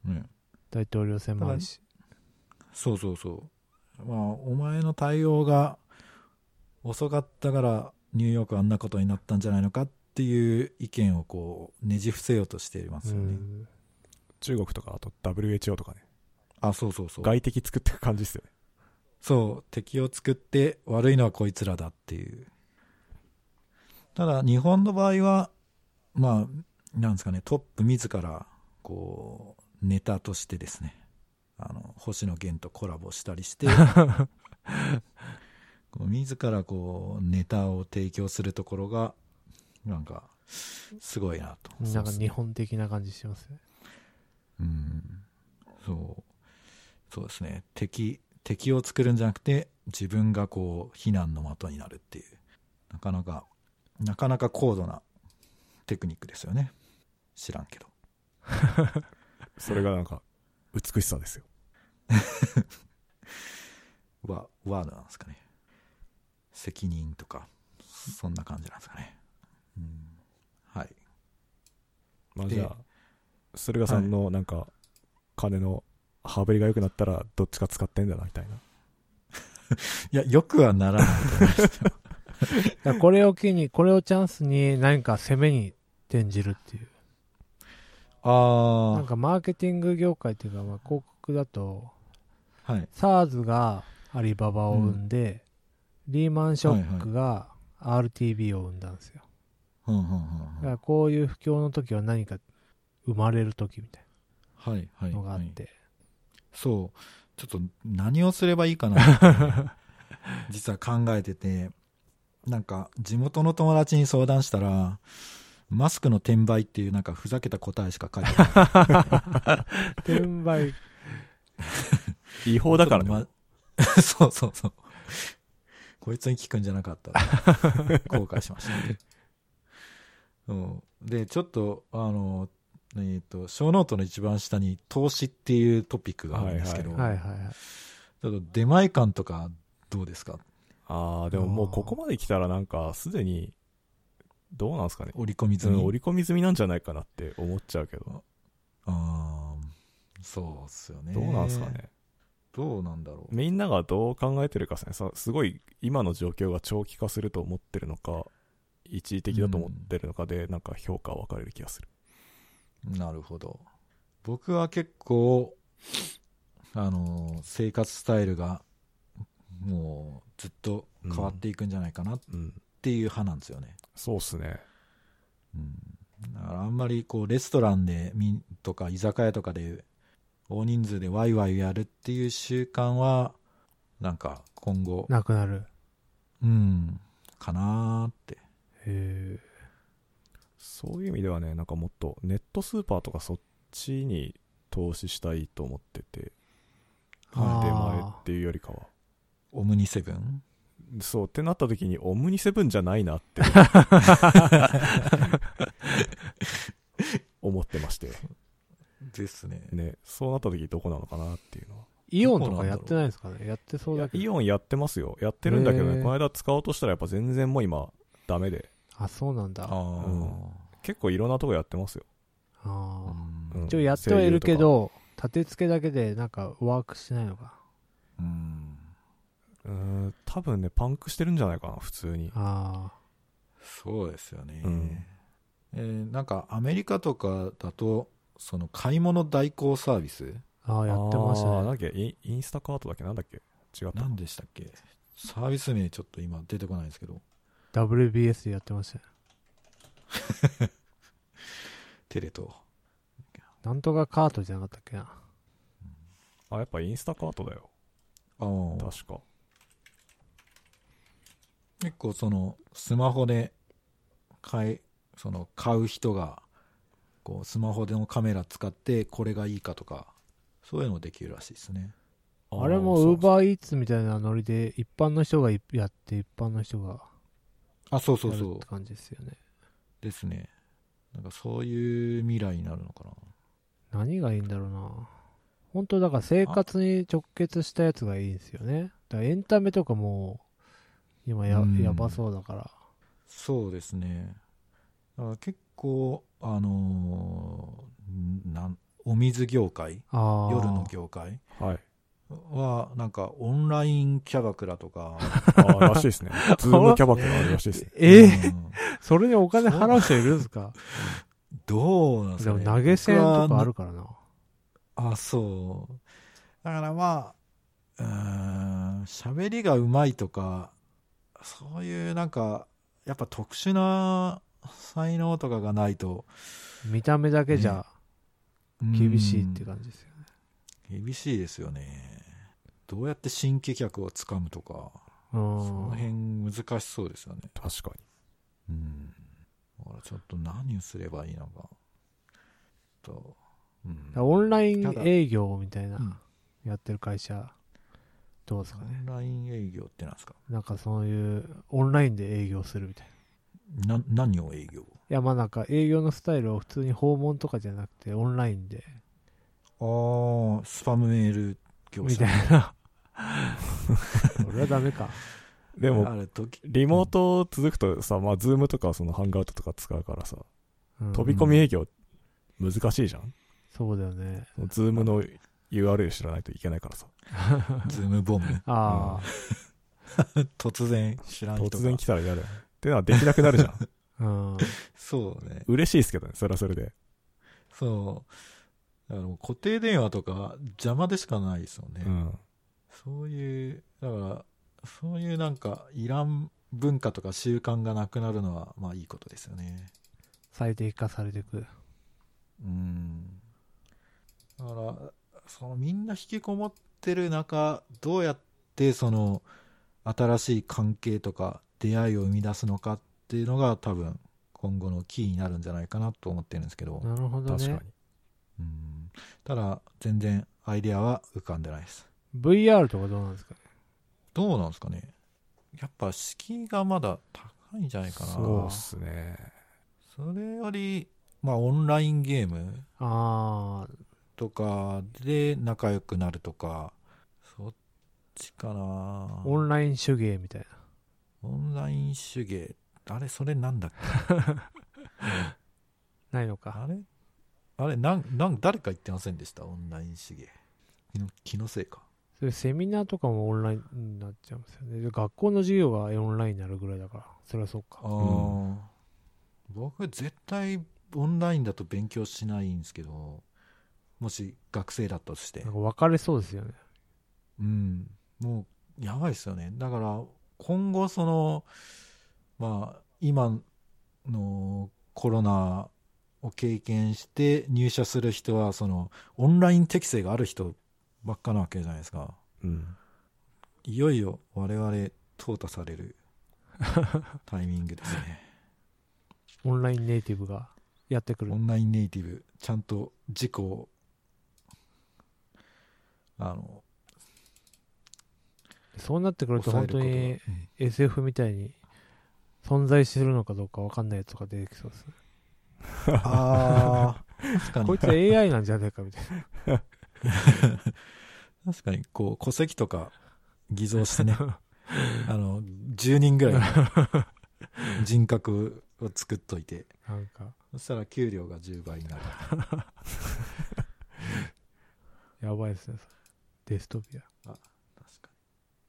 B: うん。
A: 大統領選もあるし。
B: そうそうそう。まあ、お前の対応が遅かったからニューヨークあんなことになったんじゃないのかっていう意見をこうねじ伏せようとしていますよね、
A: ん
C: 中国とか、あと WHO とかね。
B: あそうそうそう
C: 外敵作っていく感じですよね。
B: そう敵を作って悪いのはこいつらだっていうただ日本の場合はまあなんですかねトップ自らこうネタとしてですねあの星野源とコラボしたりしてこう自らこうネタを提供するところがなんかすごいなと
A: なんか日本的な感じしてますね。
B: うんそう。そうですね。敵、敵を作るんじゃなくて、自分がこう、避難の的になるっていう、なかなか、なかなか高度なテクニックですよね。知らんけど。
C: それがなんか、美しさですよ。
B: ワ、ワードなんですかね。責任とか、そんな感じなんですかね。うん。はい。
C: まあ
B: で
C: じゃあ、駿河さんのなんか、金の羽振りが良くなったら、どっちか使ってんだな、みたいな。
B: いや、よくはな らないと思いますよ
A: だからこれを機に、これをチャンスに何か攻めに転じるっていう。なん
B: あ
A: かマーケティング業界っていうか、まあ広告だと、
B: あ、はい。
A: SARS がアリババを生んで、リーマンショックが RTB を生んだんですよ。
B: うんうんうん
A: だか
B: うん
A: らこういう不況の時は何か生まれる時みたい
B: はい、はい。
A: なのがあっ
B: はい
A: て。
B: そう。ちょっと何をすればいいかなって、実は考えてて、なんか地元の友達に相談したら、マスクの転売っていうなんかふざけた答えしか書いてない。
A: 転売。
C: 違法だからね。
B: ま そうそうそう。こいつに聞くんじゃなかった。後悔しましたね、うんで、ちょっと、あの、えっ、と、小ノートの一番下に投資っていうトピックがあるんですけど、
A: はいはいはい。
B: ちょっと出前感とかどうですか
C: ああ、でももうここまで来たらなんか、すでに、どうなんですかね。
B: 折り込み済
C: う
B: み。
C: ん折り込み済みなんじゃないかなって思っちゃうけど、
B: あーそうっすよね。
C: どうなんですかね。。
B: どうなんだろう。
C: みんながどう考えてるかですねさすごい今の状況が長期化すると思ってるのか一時的だと思ってるのかで、なんか評価は分かれる気がする
B: なるほど。僕は結構、あのー生活スタイルが、もう、ずっと変わっていくんじゃないかなっ
C: うん
B: ていう派なんですよね。
C: そうっすね
B: うん。だからあんまり、こう、レストランで、みんとか、居酒屋とかで、大人数でワイワイやるっていう習慣は、なんか、今後、
A: なくなる。
B: うん、かなーって。
A: へ
C: そういう意味ではねなんかもっとネットスーパーとかそっちに投資したいと思ってて出
A: あー
C: 前っていうよりかは
B: オムニセブン
C: そうってなった時にオムニセブンじゃないなって 思ってまして
B: ですね。
C: ねそうなった時どこなのかなっていうのは
A: イオンとかやってないですかねやってそうだけ
C: いや
A: ど。
C: イオンやってますよやってるんだけど
A: へ
C: ね
A: ー
C: この間使おうとしたらやっぱ全然もう今ダメで
A: あ、そうなんだ。あ
B: あ
C: 結構いろんなとこやってますよ、
B: あ
A: あ。
C: うん
A: 一応やってはいるけど、立て付けだけでなんかワークしないのか。
B: うん
C: うーん多分ねパンクしてるんじゃないかな普通に
A: あ
B: そうですよね、
C: うん
B: えーなんかアメリカとかだとその買い物代行サービス
A: あ。ああ、やってましたね
C: あーなん。だっけインインスタカートだっけなんだっけ違った
B: 何でしたっけサービス名ちょっと今出てこないんですけど
A: WBS でやってましたね。
B: テレ東
A: なんとかカートじゃなかったっけな。
C: あやっぱインスタカートだよ
B: ああ
C: 確か
B: 結構そのスマホで買いその買う人がこうスマホでのカメラ使ってこれがいいかとかそういうのできるらしいですね
A: あれも
C: そう
A: UberEats みたいなノリで一般の人がいやって一般の人が
B: あそうそ
A: や
B: う
A: る
B: そう
A: って感じですよね。
B: ですねなんかそういう未来になるのかな
A: 何がいいんだろうな。本当だから生活に直結したやつがいいんですよね。だからエンタメとかもう今や,、
B: うん
A: やばそうだから。
B: そうですね。だから結構、あのーんなんお水業界、
A: ああ。
B: 夜の業界
C: はい
B: は、なんか、オンラインキャバクラとか。
C: ああ、らしいですね。ズームキャバクラあるらしいですね。
A: え
B: う
A: え
B: ん
A: それにお金払う人いるんですか
B: どうなんです
A: で
B: か
A: も
B: ね。
A: 投げ銭と
B: 僕
A: か
B: は
A: あるからな。
B: あ、そう。だからまあ、うーん、喋りがうまいとか、そういうなんか、やっぱ特殊な才能とかがないと、
A: 見た目だけじゃ厳しいっていう感じですよね。
B: うん厳しいですよね。どうやって新規客をつかむとか、
A: う
B: そ
A: ん
B: の。辺難しそうですよね。
C: 確かに。
B: うん。だからちょっと何をすればいいのか。と、うん
A: だからオンライ
B: た
A: ン
B: だ
A: 営業みたい
B: うん
A: な、やってる会社、どうですかね。
B: オンライン営業ってなんですか
A: なんかそういう、オンラインで営業するみたいな。い
B: な何を営業
A: や、まあなんか営業のスタイルを普通に訪問とかじゃなくて、オンラインで、
B: ああ、スパムメール業
A: み
B: 者
A: た。いな。それはダメか。
C: でも
B: あ、れ時
C: リモート続くとさ、まあ、ズームとかそのハンガーウットとか使うからさ、
A: うん
C: 飛び込み営業難しいじゃん。
A: そうだよね。
C: ズームの URL 知らないといけないからさ。
B: ズームボム。
A: あ
B: 突然、知らん人が
C: 突然来たら嫌だよね。ってのはできなくなるじゃん。
A: あ、うん。
B: そうね。
C: 嬉しいですけどね、それはそれで。
B: そう。だからもう固定電話とか邪魔でしかないですよね。
C: うん。
B: そういう、だから、そういうなんか、いらん文化とか習慣がなくなるのは、まあいいことですよね。
A: 最適化されていく。
B: うん。だから、そのみんな引きこもってる中、どうやってその新しい関係とか出会いを生み出すのかっていうのが多分今後のキーになるんじゃないかなと思ってるんですけど、
A: なるほど
C: 確かに
A: ね。。
B: うん。ただ、全然アイデアは浮かんでないです。
A: VR とかどうなんですかね。
B: どうなんですかねやっぱ敷居がまだ高いんじゃないかな。
C: そうっすね。
B: それより、まあオンラインゲーム
A: あ
B: とかで仲良くなるとか、そっちかな
A: あ、オンライン手芸みたい
B: オンライン手芸。あれ、それなんだっけ
A: な。ないのか。
B: あれあれ、なん、なん、誰か言ってませんでしたオンライン手芸。気の気のせいか。
A: そういうセミナーとかもオンラインになっちゃうんですよね。で学校の授業がオンラインになるぐらいだから、それはそう
B: ああ、
A: か。
C: うん
B: 僕、絶対オンラインだと勉強しないんですけど、もし学生だとして
A: なん。か分かれそうですよね。
B: うん。もう、やばいですよね。だから、今後、その、まあ、今のコロナを経験して入社する人は、その、オンライン適性がある人ばっかなわけじゃないですか。
C: うん。
B: いよいよ我々、淘汰さ れるタイミングですね。
A: オンラインネイティブがやってくる
B: オ。ンラインネイティブ、ちゃんと自己を、あの、
A: そうなってくると
B: 抑え
A: 本
B: るこ
A: 当
B: とが
A: に SF みたいに存在するのかどうか分かんないやつとか出てきそうです ね。
B: ああ、確かに。
A: こいつ AI なんじゃねえかみたいな。
B: 確かに、こう、戸籍とか偽造して ね、あの、10人ぐ らいの人格を作っといて、
A: なんか、
B: そしたら給料が10倍になる。
A: やばいですね。それデストピア。
B: 確か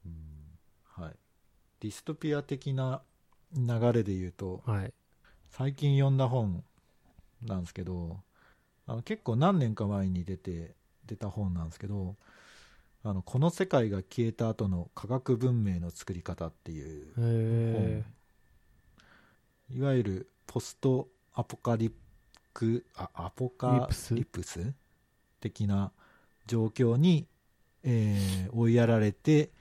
B: に。うんはい。ディストピア的な流れで言うと、
A: はい。
B: 最近読んだ本なんですけど、あの結構何年か前に出て、出た本なんですけど、あの、この世界が消えた後の科学文明の作り方っていう
A: へえ
B: いわゆるポストアポカリプあアポカリプス的な状況に、えー追いやられて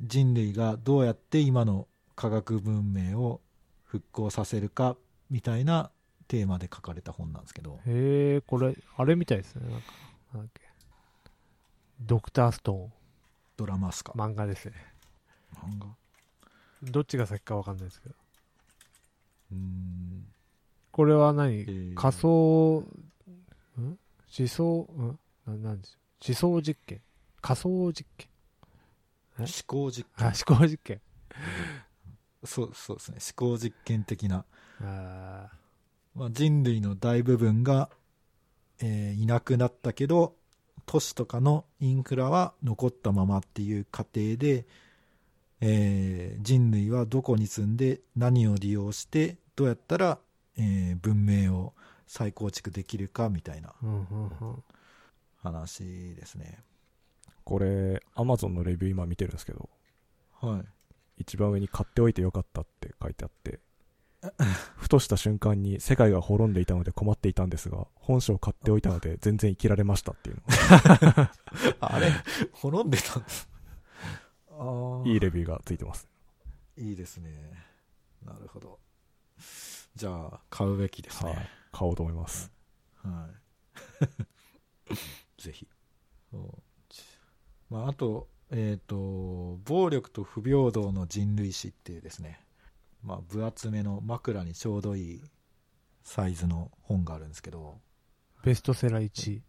B: 人類がどうやって今の科学文明を復興させるかみたいなテーマで書かれた本なんですけど
A: へえこれ、あれみたいですね。なんか、なんだっけ。ドクタースト
B: ドラマっすか、
A: ーン。漫画ですね。
B: 漫画
A: どっちが先か分かんないですけど。
B: うーん
A: これは何、
B: ー
A: 仮想、ん思想、んななんでしょう思想実験。仮想実験。
B: 思考実
A: あ、思考実験。
B: そうそうですね思考実験的な
A: あ
B: まあ、人類の大部分が、えーいなくなったけど都市とかのインフラは残ったままっていう過程で、えー人類はどこに住んで何を利用してどうやったら、えー文明を再構築できるかみたいな
A: うんうんうん
B: 話ですね。
C: これ、アマゾンのレビュー今見てるんですけど、
B: はい。
C: 一番上に買っておいてよかったって書いてあって、ふとした瞬間に世界が滅んでいたので困っていたんですが、本書を買っておいたので全然生きられましたっていう
B: あれ、滅んで たんです。あ
C: の
B: ー
C: いいレビューがついてます。
B: いいですね。なるほど。じゃあ、買うべきです
C: は
B: ね。
C: い。買おうと思います。
B: はいぜひそうまあ、あと,、えーと「暴力と不平等の人類史」っていうですね、まあ、分厚めの枕にちょうどいいサイズの本があるんですけど
A: ベストセラー1位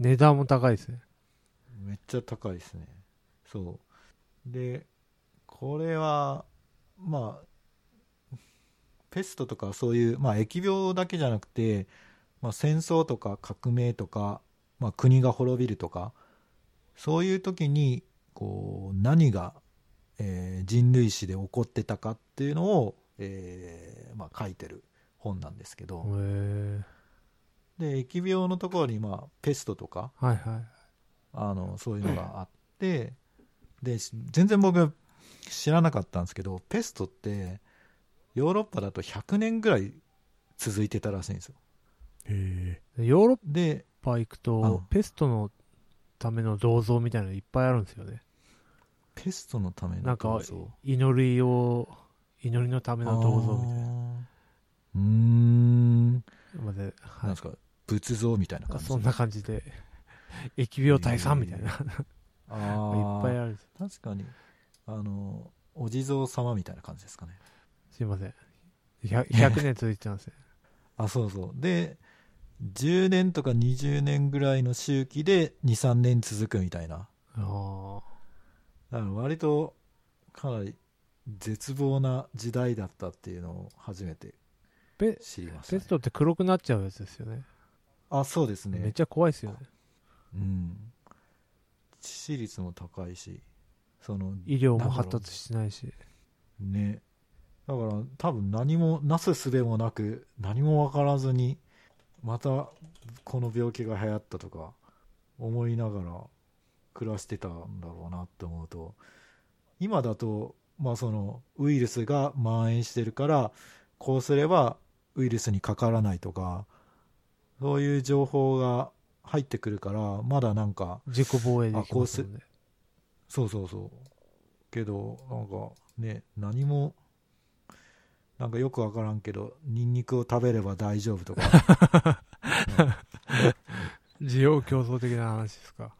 A: 値段も高いですね
B: めっちゃ高いですねそうでこれはまあペストとかそういう、まあ、疫病だけじゃなくて、まあ、戦争とか革命とか、まあ、国が滅びるとかそういう時にこう何が、えー人類史で起こってたかっていうのを、えーまあ、書いてる本なんですけど、
A: へえ
B: で疫病のところに、まあ、ペストとか
A: はいはい
B: あのそういうのがあって、でし全然僕知らなかったんですけどペストってヨーロッパだと100年ぐらい続いてたらしいんですよ
C: へ
A: ヨーロッ
B: で
A: パ行く
B: うん
A: とペストのための銅像みたいなのいっぱいあるんですよね
B: ペストのための
A: なんか
B: 銅像
A: 祈りを祈りのための銅像みたいな
B: あーうーん、
A: まで、
B: なん
A: は、
B: ですか仏像みたいない感じ
A: そんな感じで 疫病退散みたいな、
B: あ
A: いっぱい
B: ー
A: あるんです
B: 確かにあのお地蔵様みたいな感じですかね
A: すいません 100, 100年続いてますね
B: あそうそうで10年とか20年ぐらいの周期で23年続くみたいな
A: あ
B: だから割とかなり絶望な時代だったっていうのを初めて
A: ペ
B: 知りました、
A: ペ
B: ね
A: ス、トって黒くなっちゃうやつですよね
B: あそうです
A: めっ
B: ね
A: ちゃ怖いですよね
B: うん致死率も高いしその
A: 医療
B: なん
A: も
B: だろう
A: 発達してないし
B: ねだから多分何もなすすべもなく何も分からずにまたこの病気が流行ったとか思いながら暮らしてたんだろうなって思うと今だと、まあ、そのウイルスが蔓延してるからこうすればウイルスにかからないとかそういう情報が入ってくるからまだなんか
A: 自己防衛できますもんね
B: そうそうそうけどなんかね何もなんかよく分からんけどニンニクを食べれば大丈夫と か
A: 需要競争的な話ですか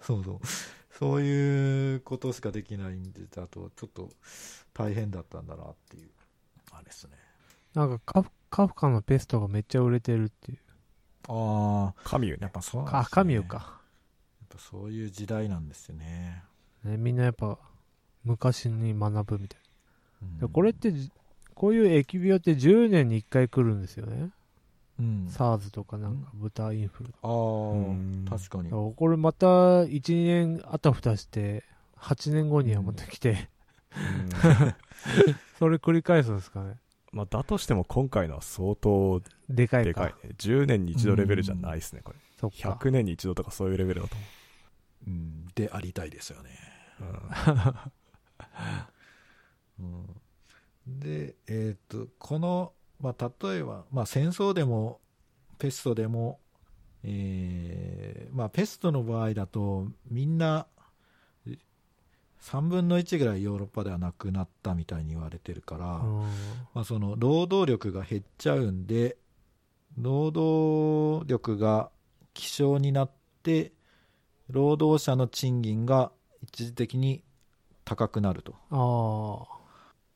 B: そうそうそういうことしかできないんでだとちょっと大変だったんだなっていうあれですね
A: なんかカフカフカのペストがめっちゃ売れてるっていう
B: ああ
C: 神よ
B: や
C: ね
B: っ。ぱそうなんですね
A: あ神よか、
B: やっぱそういう時代なんですよね、
A: ね、みんなやっぱ昔に学ぶみたい
B: うん
A: なでこれってじこういう疫病って10年に1回来るんですよね、
B: うんあ
A: SARS とかなんか豚インフルとか
B: あ
C: うん
B: ー確かに
A: これまた12年あたふたして8年後にはまた来て、それ繰り返すんですかね
C: まあ、だとしても今回のは相当
A: でか
C: で
A: いか
C: かいね。10年に一度レベルじゃないですね、これ。
A: そっか
C: 100年に一度とかそういうレベルだと
B: うんでありたいですよね
C: 思う。うん
B: うんで、えっとこの、まあ、例えば、まあ、戦争でもペストでも、えーまあ、ペストの場合だとみんな3分の1ぐらいヨーロッパではなくなったみたいに言われてるから、
A: うん
B: まあ、その労働力が減っちゃうんで労働力が希少になって労働者の賃金が一時的に高くなると。
A: あ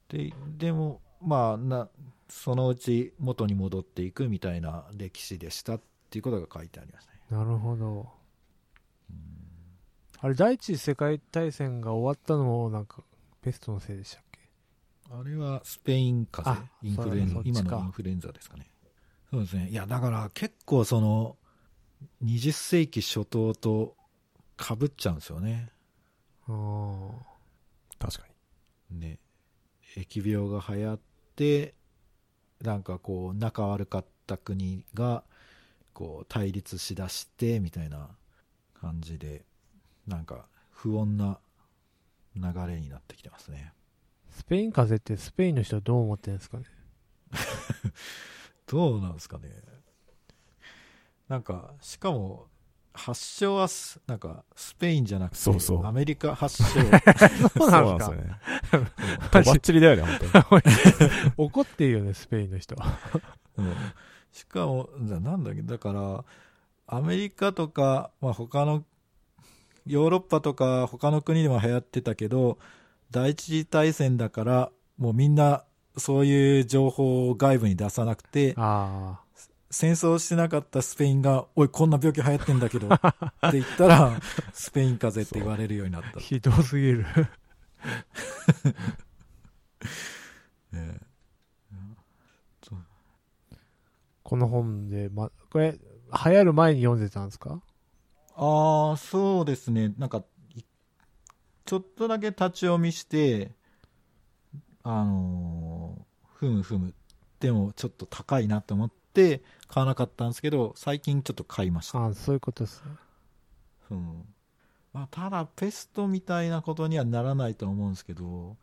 B: ででもまあなそのうち元に戻っていくみたいな歴史でしたっていうことが書いてありますね
A: あなるほどあれ第一次世界大戦が終わったのもなんかペストのせいでしたっけ
B: あれはスペイン風邪
A: あ
B: インフルエン
A: そうだね
B: 今
A: そっちか
B: のインフルエンザですかねそうですねいやだから結構その20世紀初頭とかぶっちゃうんですよね。
A: あ
C: 確かに。
B: ね。疫病が流行って、なんかこう、仲悪かった国が、こう、対立しだして、みたいな感じで、なんか不穏な流れになってきてますね。
A: スペイン風邪ってスペインの人はどう思ってるんですかね
B: どうなんですかね。なんか、しかも、発祥はす、なんか、スペインじゃなくて、
C: そうそう
B: アメリカ発 祥。
A: そうなんです
C: そう
A: か
C: なんですよね。とば
A: マ
C: っ
A: ジ
C: ちりだよね、本当に。
A: 怒ってるよね、スペインの 人は。
B: うんしかも、ななんだっけ、だから、アメリカとか、まあ、他の、ヨーロッパとか、他の国でも流行ってたけど、第一次大戦だから、もうみんな、そういう情報を外部に出さなくて、
A: あ
B: 戦争してなかったスペインが、おい、こんな病気流行ってんだけど、って言ったら、スペイン風邪って言われるようになった
A: あ、。ひどすぎる。
B: ね
A: この本で、ま、これ、流行る前に読んでたんですか
B: ああ、そうですね。なんか、いちょっとだけ立ち読みして、あのーふむふむ。でも、ちょっと高いなと思って、買わなかったんですけど、最近ちょっと買いました。
A: ああ、そういうことですね。
B: うんまあ、ただ、ペストみたいなことにはならないと思うんですけど、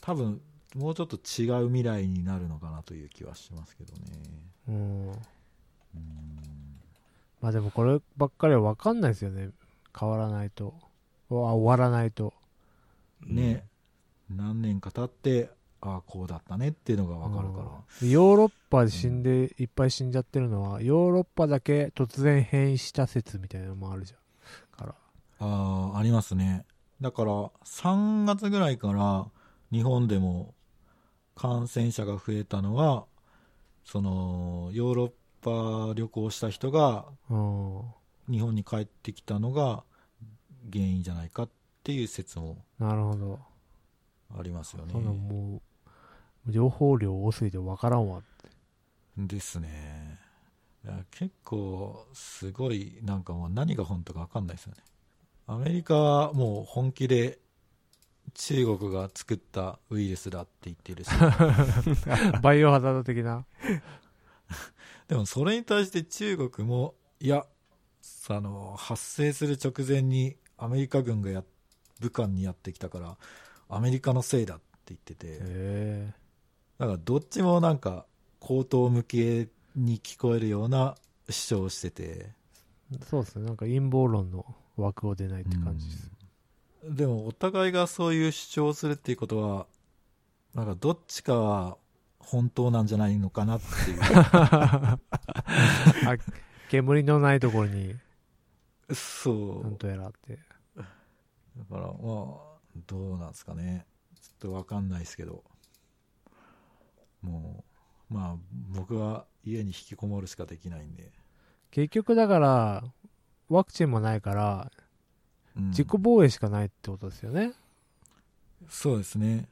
B: 多分、もうちょっと違う未来になるのかなという気はしますけどね。
A: うん。
B: うん
A: まあでもこればっかりは分かんないですよね。変わらないと。あ終わらないと。
B: ね、何年か経ってああこうだったねっていうのが分かるから、
A: うんヨーロッパで死んで、いっぱい死んじゃってるのは、ヨーロッパだけ突然変異した説みたいなのもあるじゃん。から。
B: ああありますねだから3月ぐらいから日本でも感染者が増えたのはそのヨーロッパ旅行した人が
A: うん。
B: 日本に帰ってきたのが原因じゃないかっていう説も
A: なるほど。
B: ありますよね
A: そんなもう、情報量多すぎて分からんわ。
B: ですねいや結構すごいなんかもう何が本当か分かんないですよねアメリカはもう本気で中国が作ったウイルスだって言ってるし
A: バイオハザード的な。
B: でもそれに対して中国もいやあの発生する直前にアメリカ軍がや武漢にやってきたからアメリカのせいだって言ってて、
A: へえ。
B: なんかどっちもなんか口頭向けに聞こえるような主張をしてて
A: そうですね。なんか陰謀論の枠を出ないって感じです。
B: でもお互いがそういう主張をするっていうことはなんかどっちかは本当なんじゃないのかなっていう
A: あ煙のないところに、
B: そう
A: なんとやらって。
B: だからまあどうなんですかねちょっとわかんないですけどもうまあ僕は家に引きこもるしかできないんで、
A: 結局だから、ワクチンもないから、
B: うん
A: 自己防衛しかないってことですよね。
B: そうですね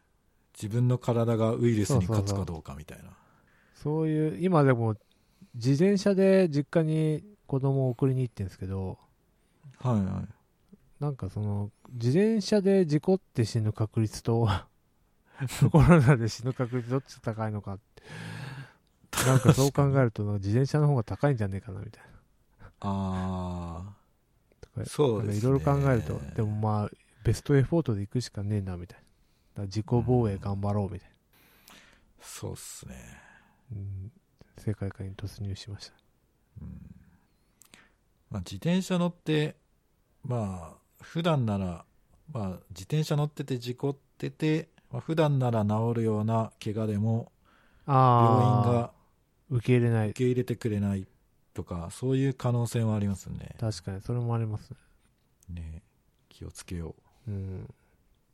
B: 自分の体がウイルスに勝つかどうかみたいな
A: そういう、今でも、自転車で実家に子供を送りに行ってんですけど、
B: はいはい
A: なんかその、自転車で事故って死ぬ確率 と、コロナで死ぬ確率どっちが高いのかって。なんかそう考えると、自転車の方が高いんじゃねえかなみたいな。
B: あ
A: とか
B: あそう
A: なんか
B: ですね
A: いろいろ考えると、でもまあ、ベストエフォートで行くしかねえなみたいな。だから自己防衛頑張ろうみたいな。
B: そうっすね
A: うん、世界観に突入しました。
B: うんまあ、自転車乗ってまあ普段なら、まあ、自転車乗ってて事故ってて、まあ、普段なら治るような怪我でも病院
A: ああ、
B: が
A: 受け入れない
B: 受。け入れてくれないとかそういう可能性はありますね
A: 確かに、それもありますね。
B: ね気をつけよ
A: うん。
B: う、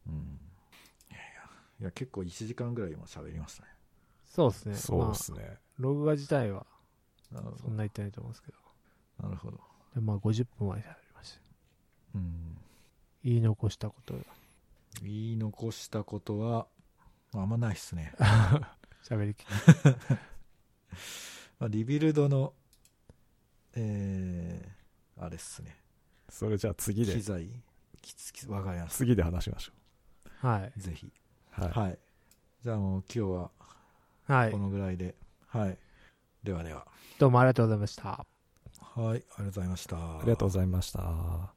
B: うん、いやいやいや結構1時間ぐらい今喋りましたね
A: そうですね。
C: そう
A: ま
C: で
A: あ、
C: すね。
A: ログ画自体は
B: なるほ
A: そんな言ってないと思うんですけど。
B: どなるほど、
A: でまあ、50分まで喋りました。
B: うん、
A: 言い残したこと
B: 言い残したことはまああんまないっす ね
A: 喋りきっ
B: まあ、リビルドの、えーあれっすね。
C: それじゃあ次
B: 機
C: で、
B: 材、きつきつ、わかります。
C: 次で話しましょ
A: はい。
B: ぜひ。
C: う。はい。
B: はい。じゃあもう今日は
A: はい
B: こ。のぐらいで。はい。ではでは。
A: どうもありがとうございました。
B: はい。ありがとうございました。あ
C: ありがとうございました。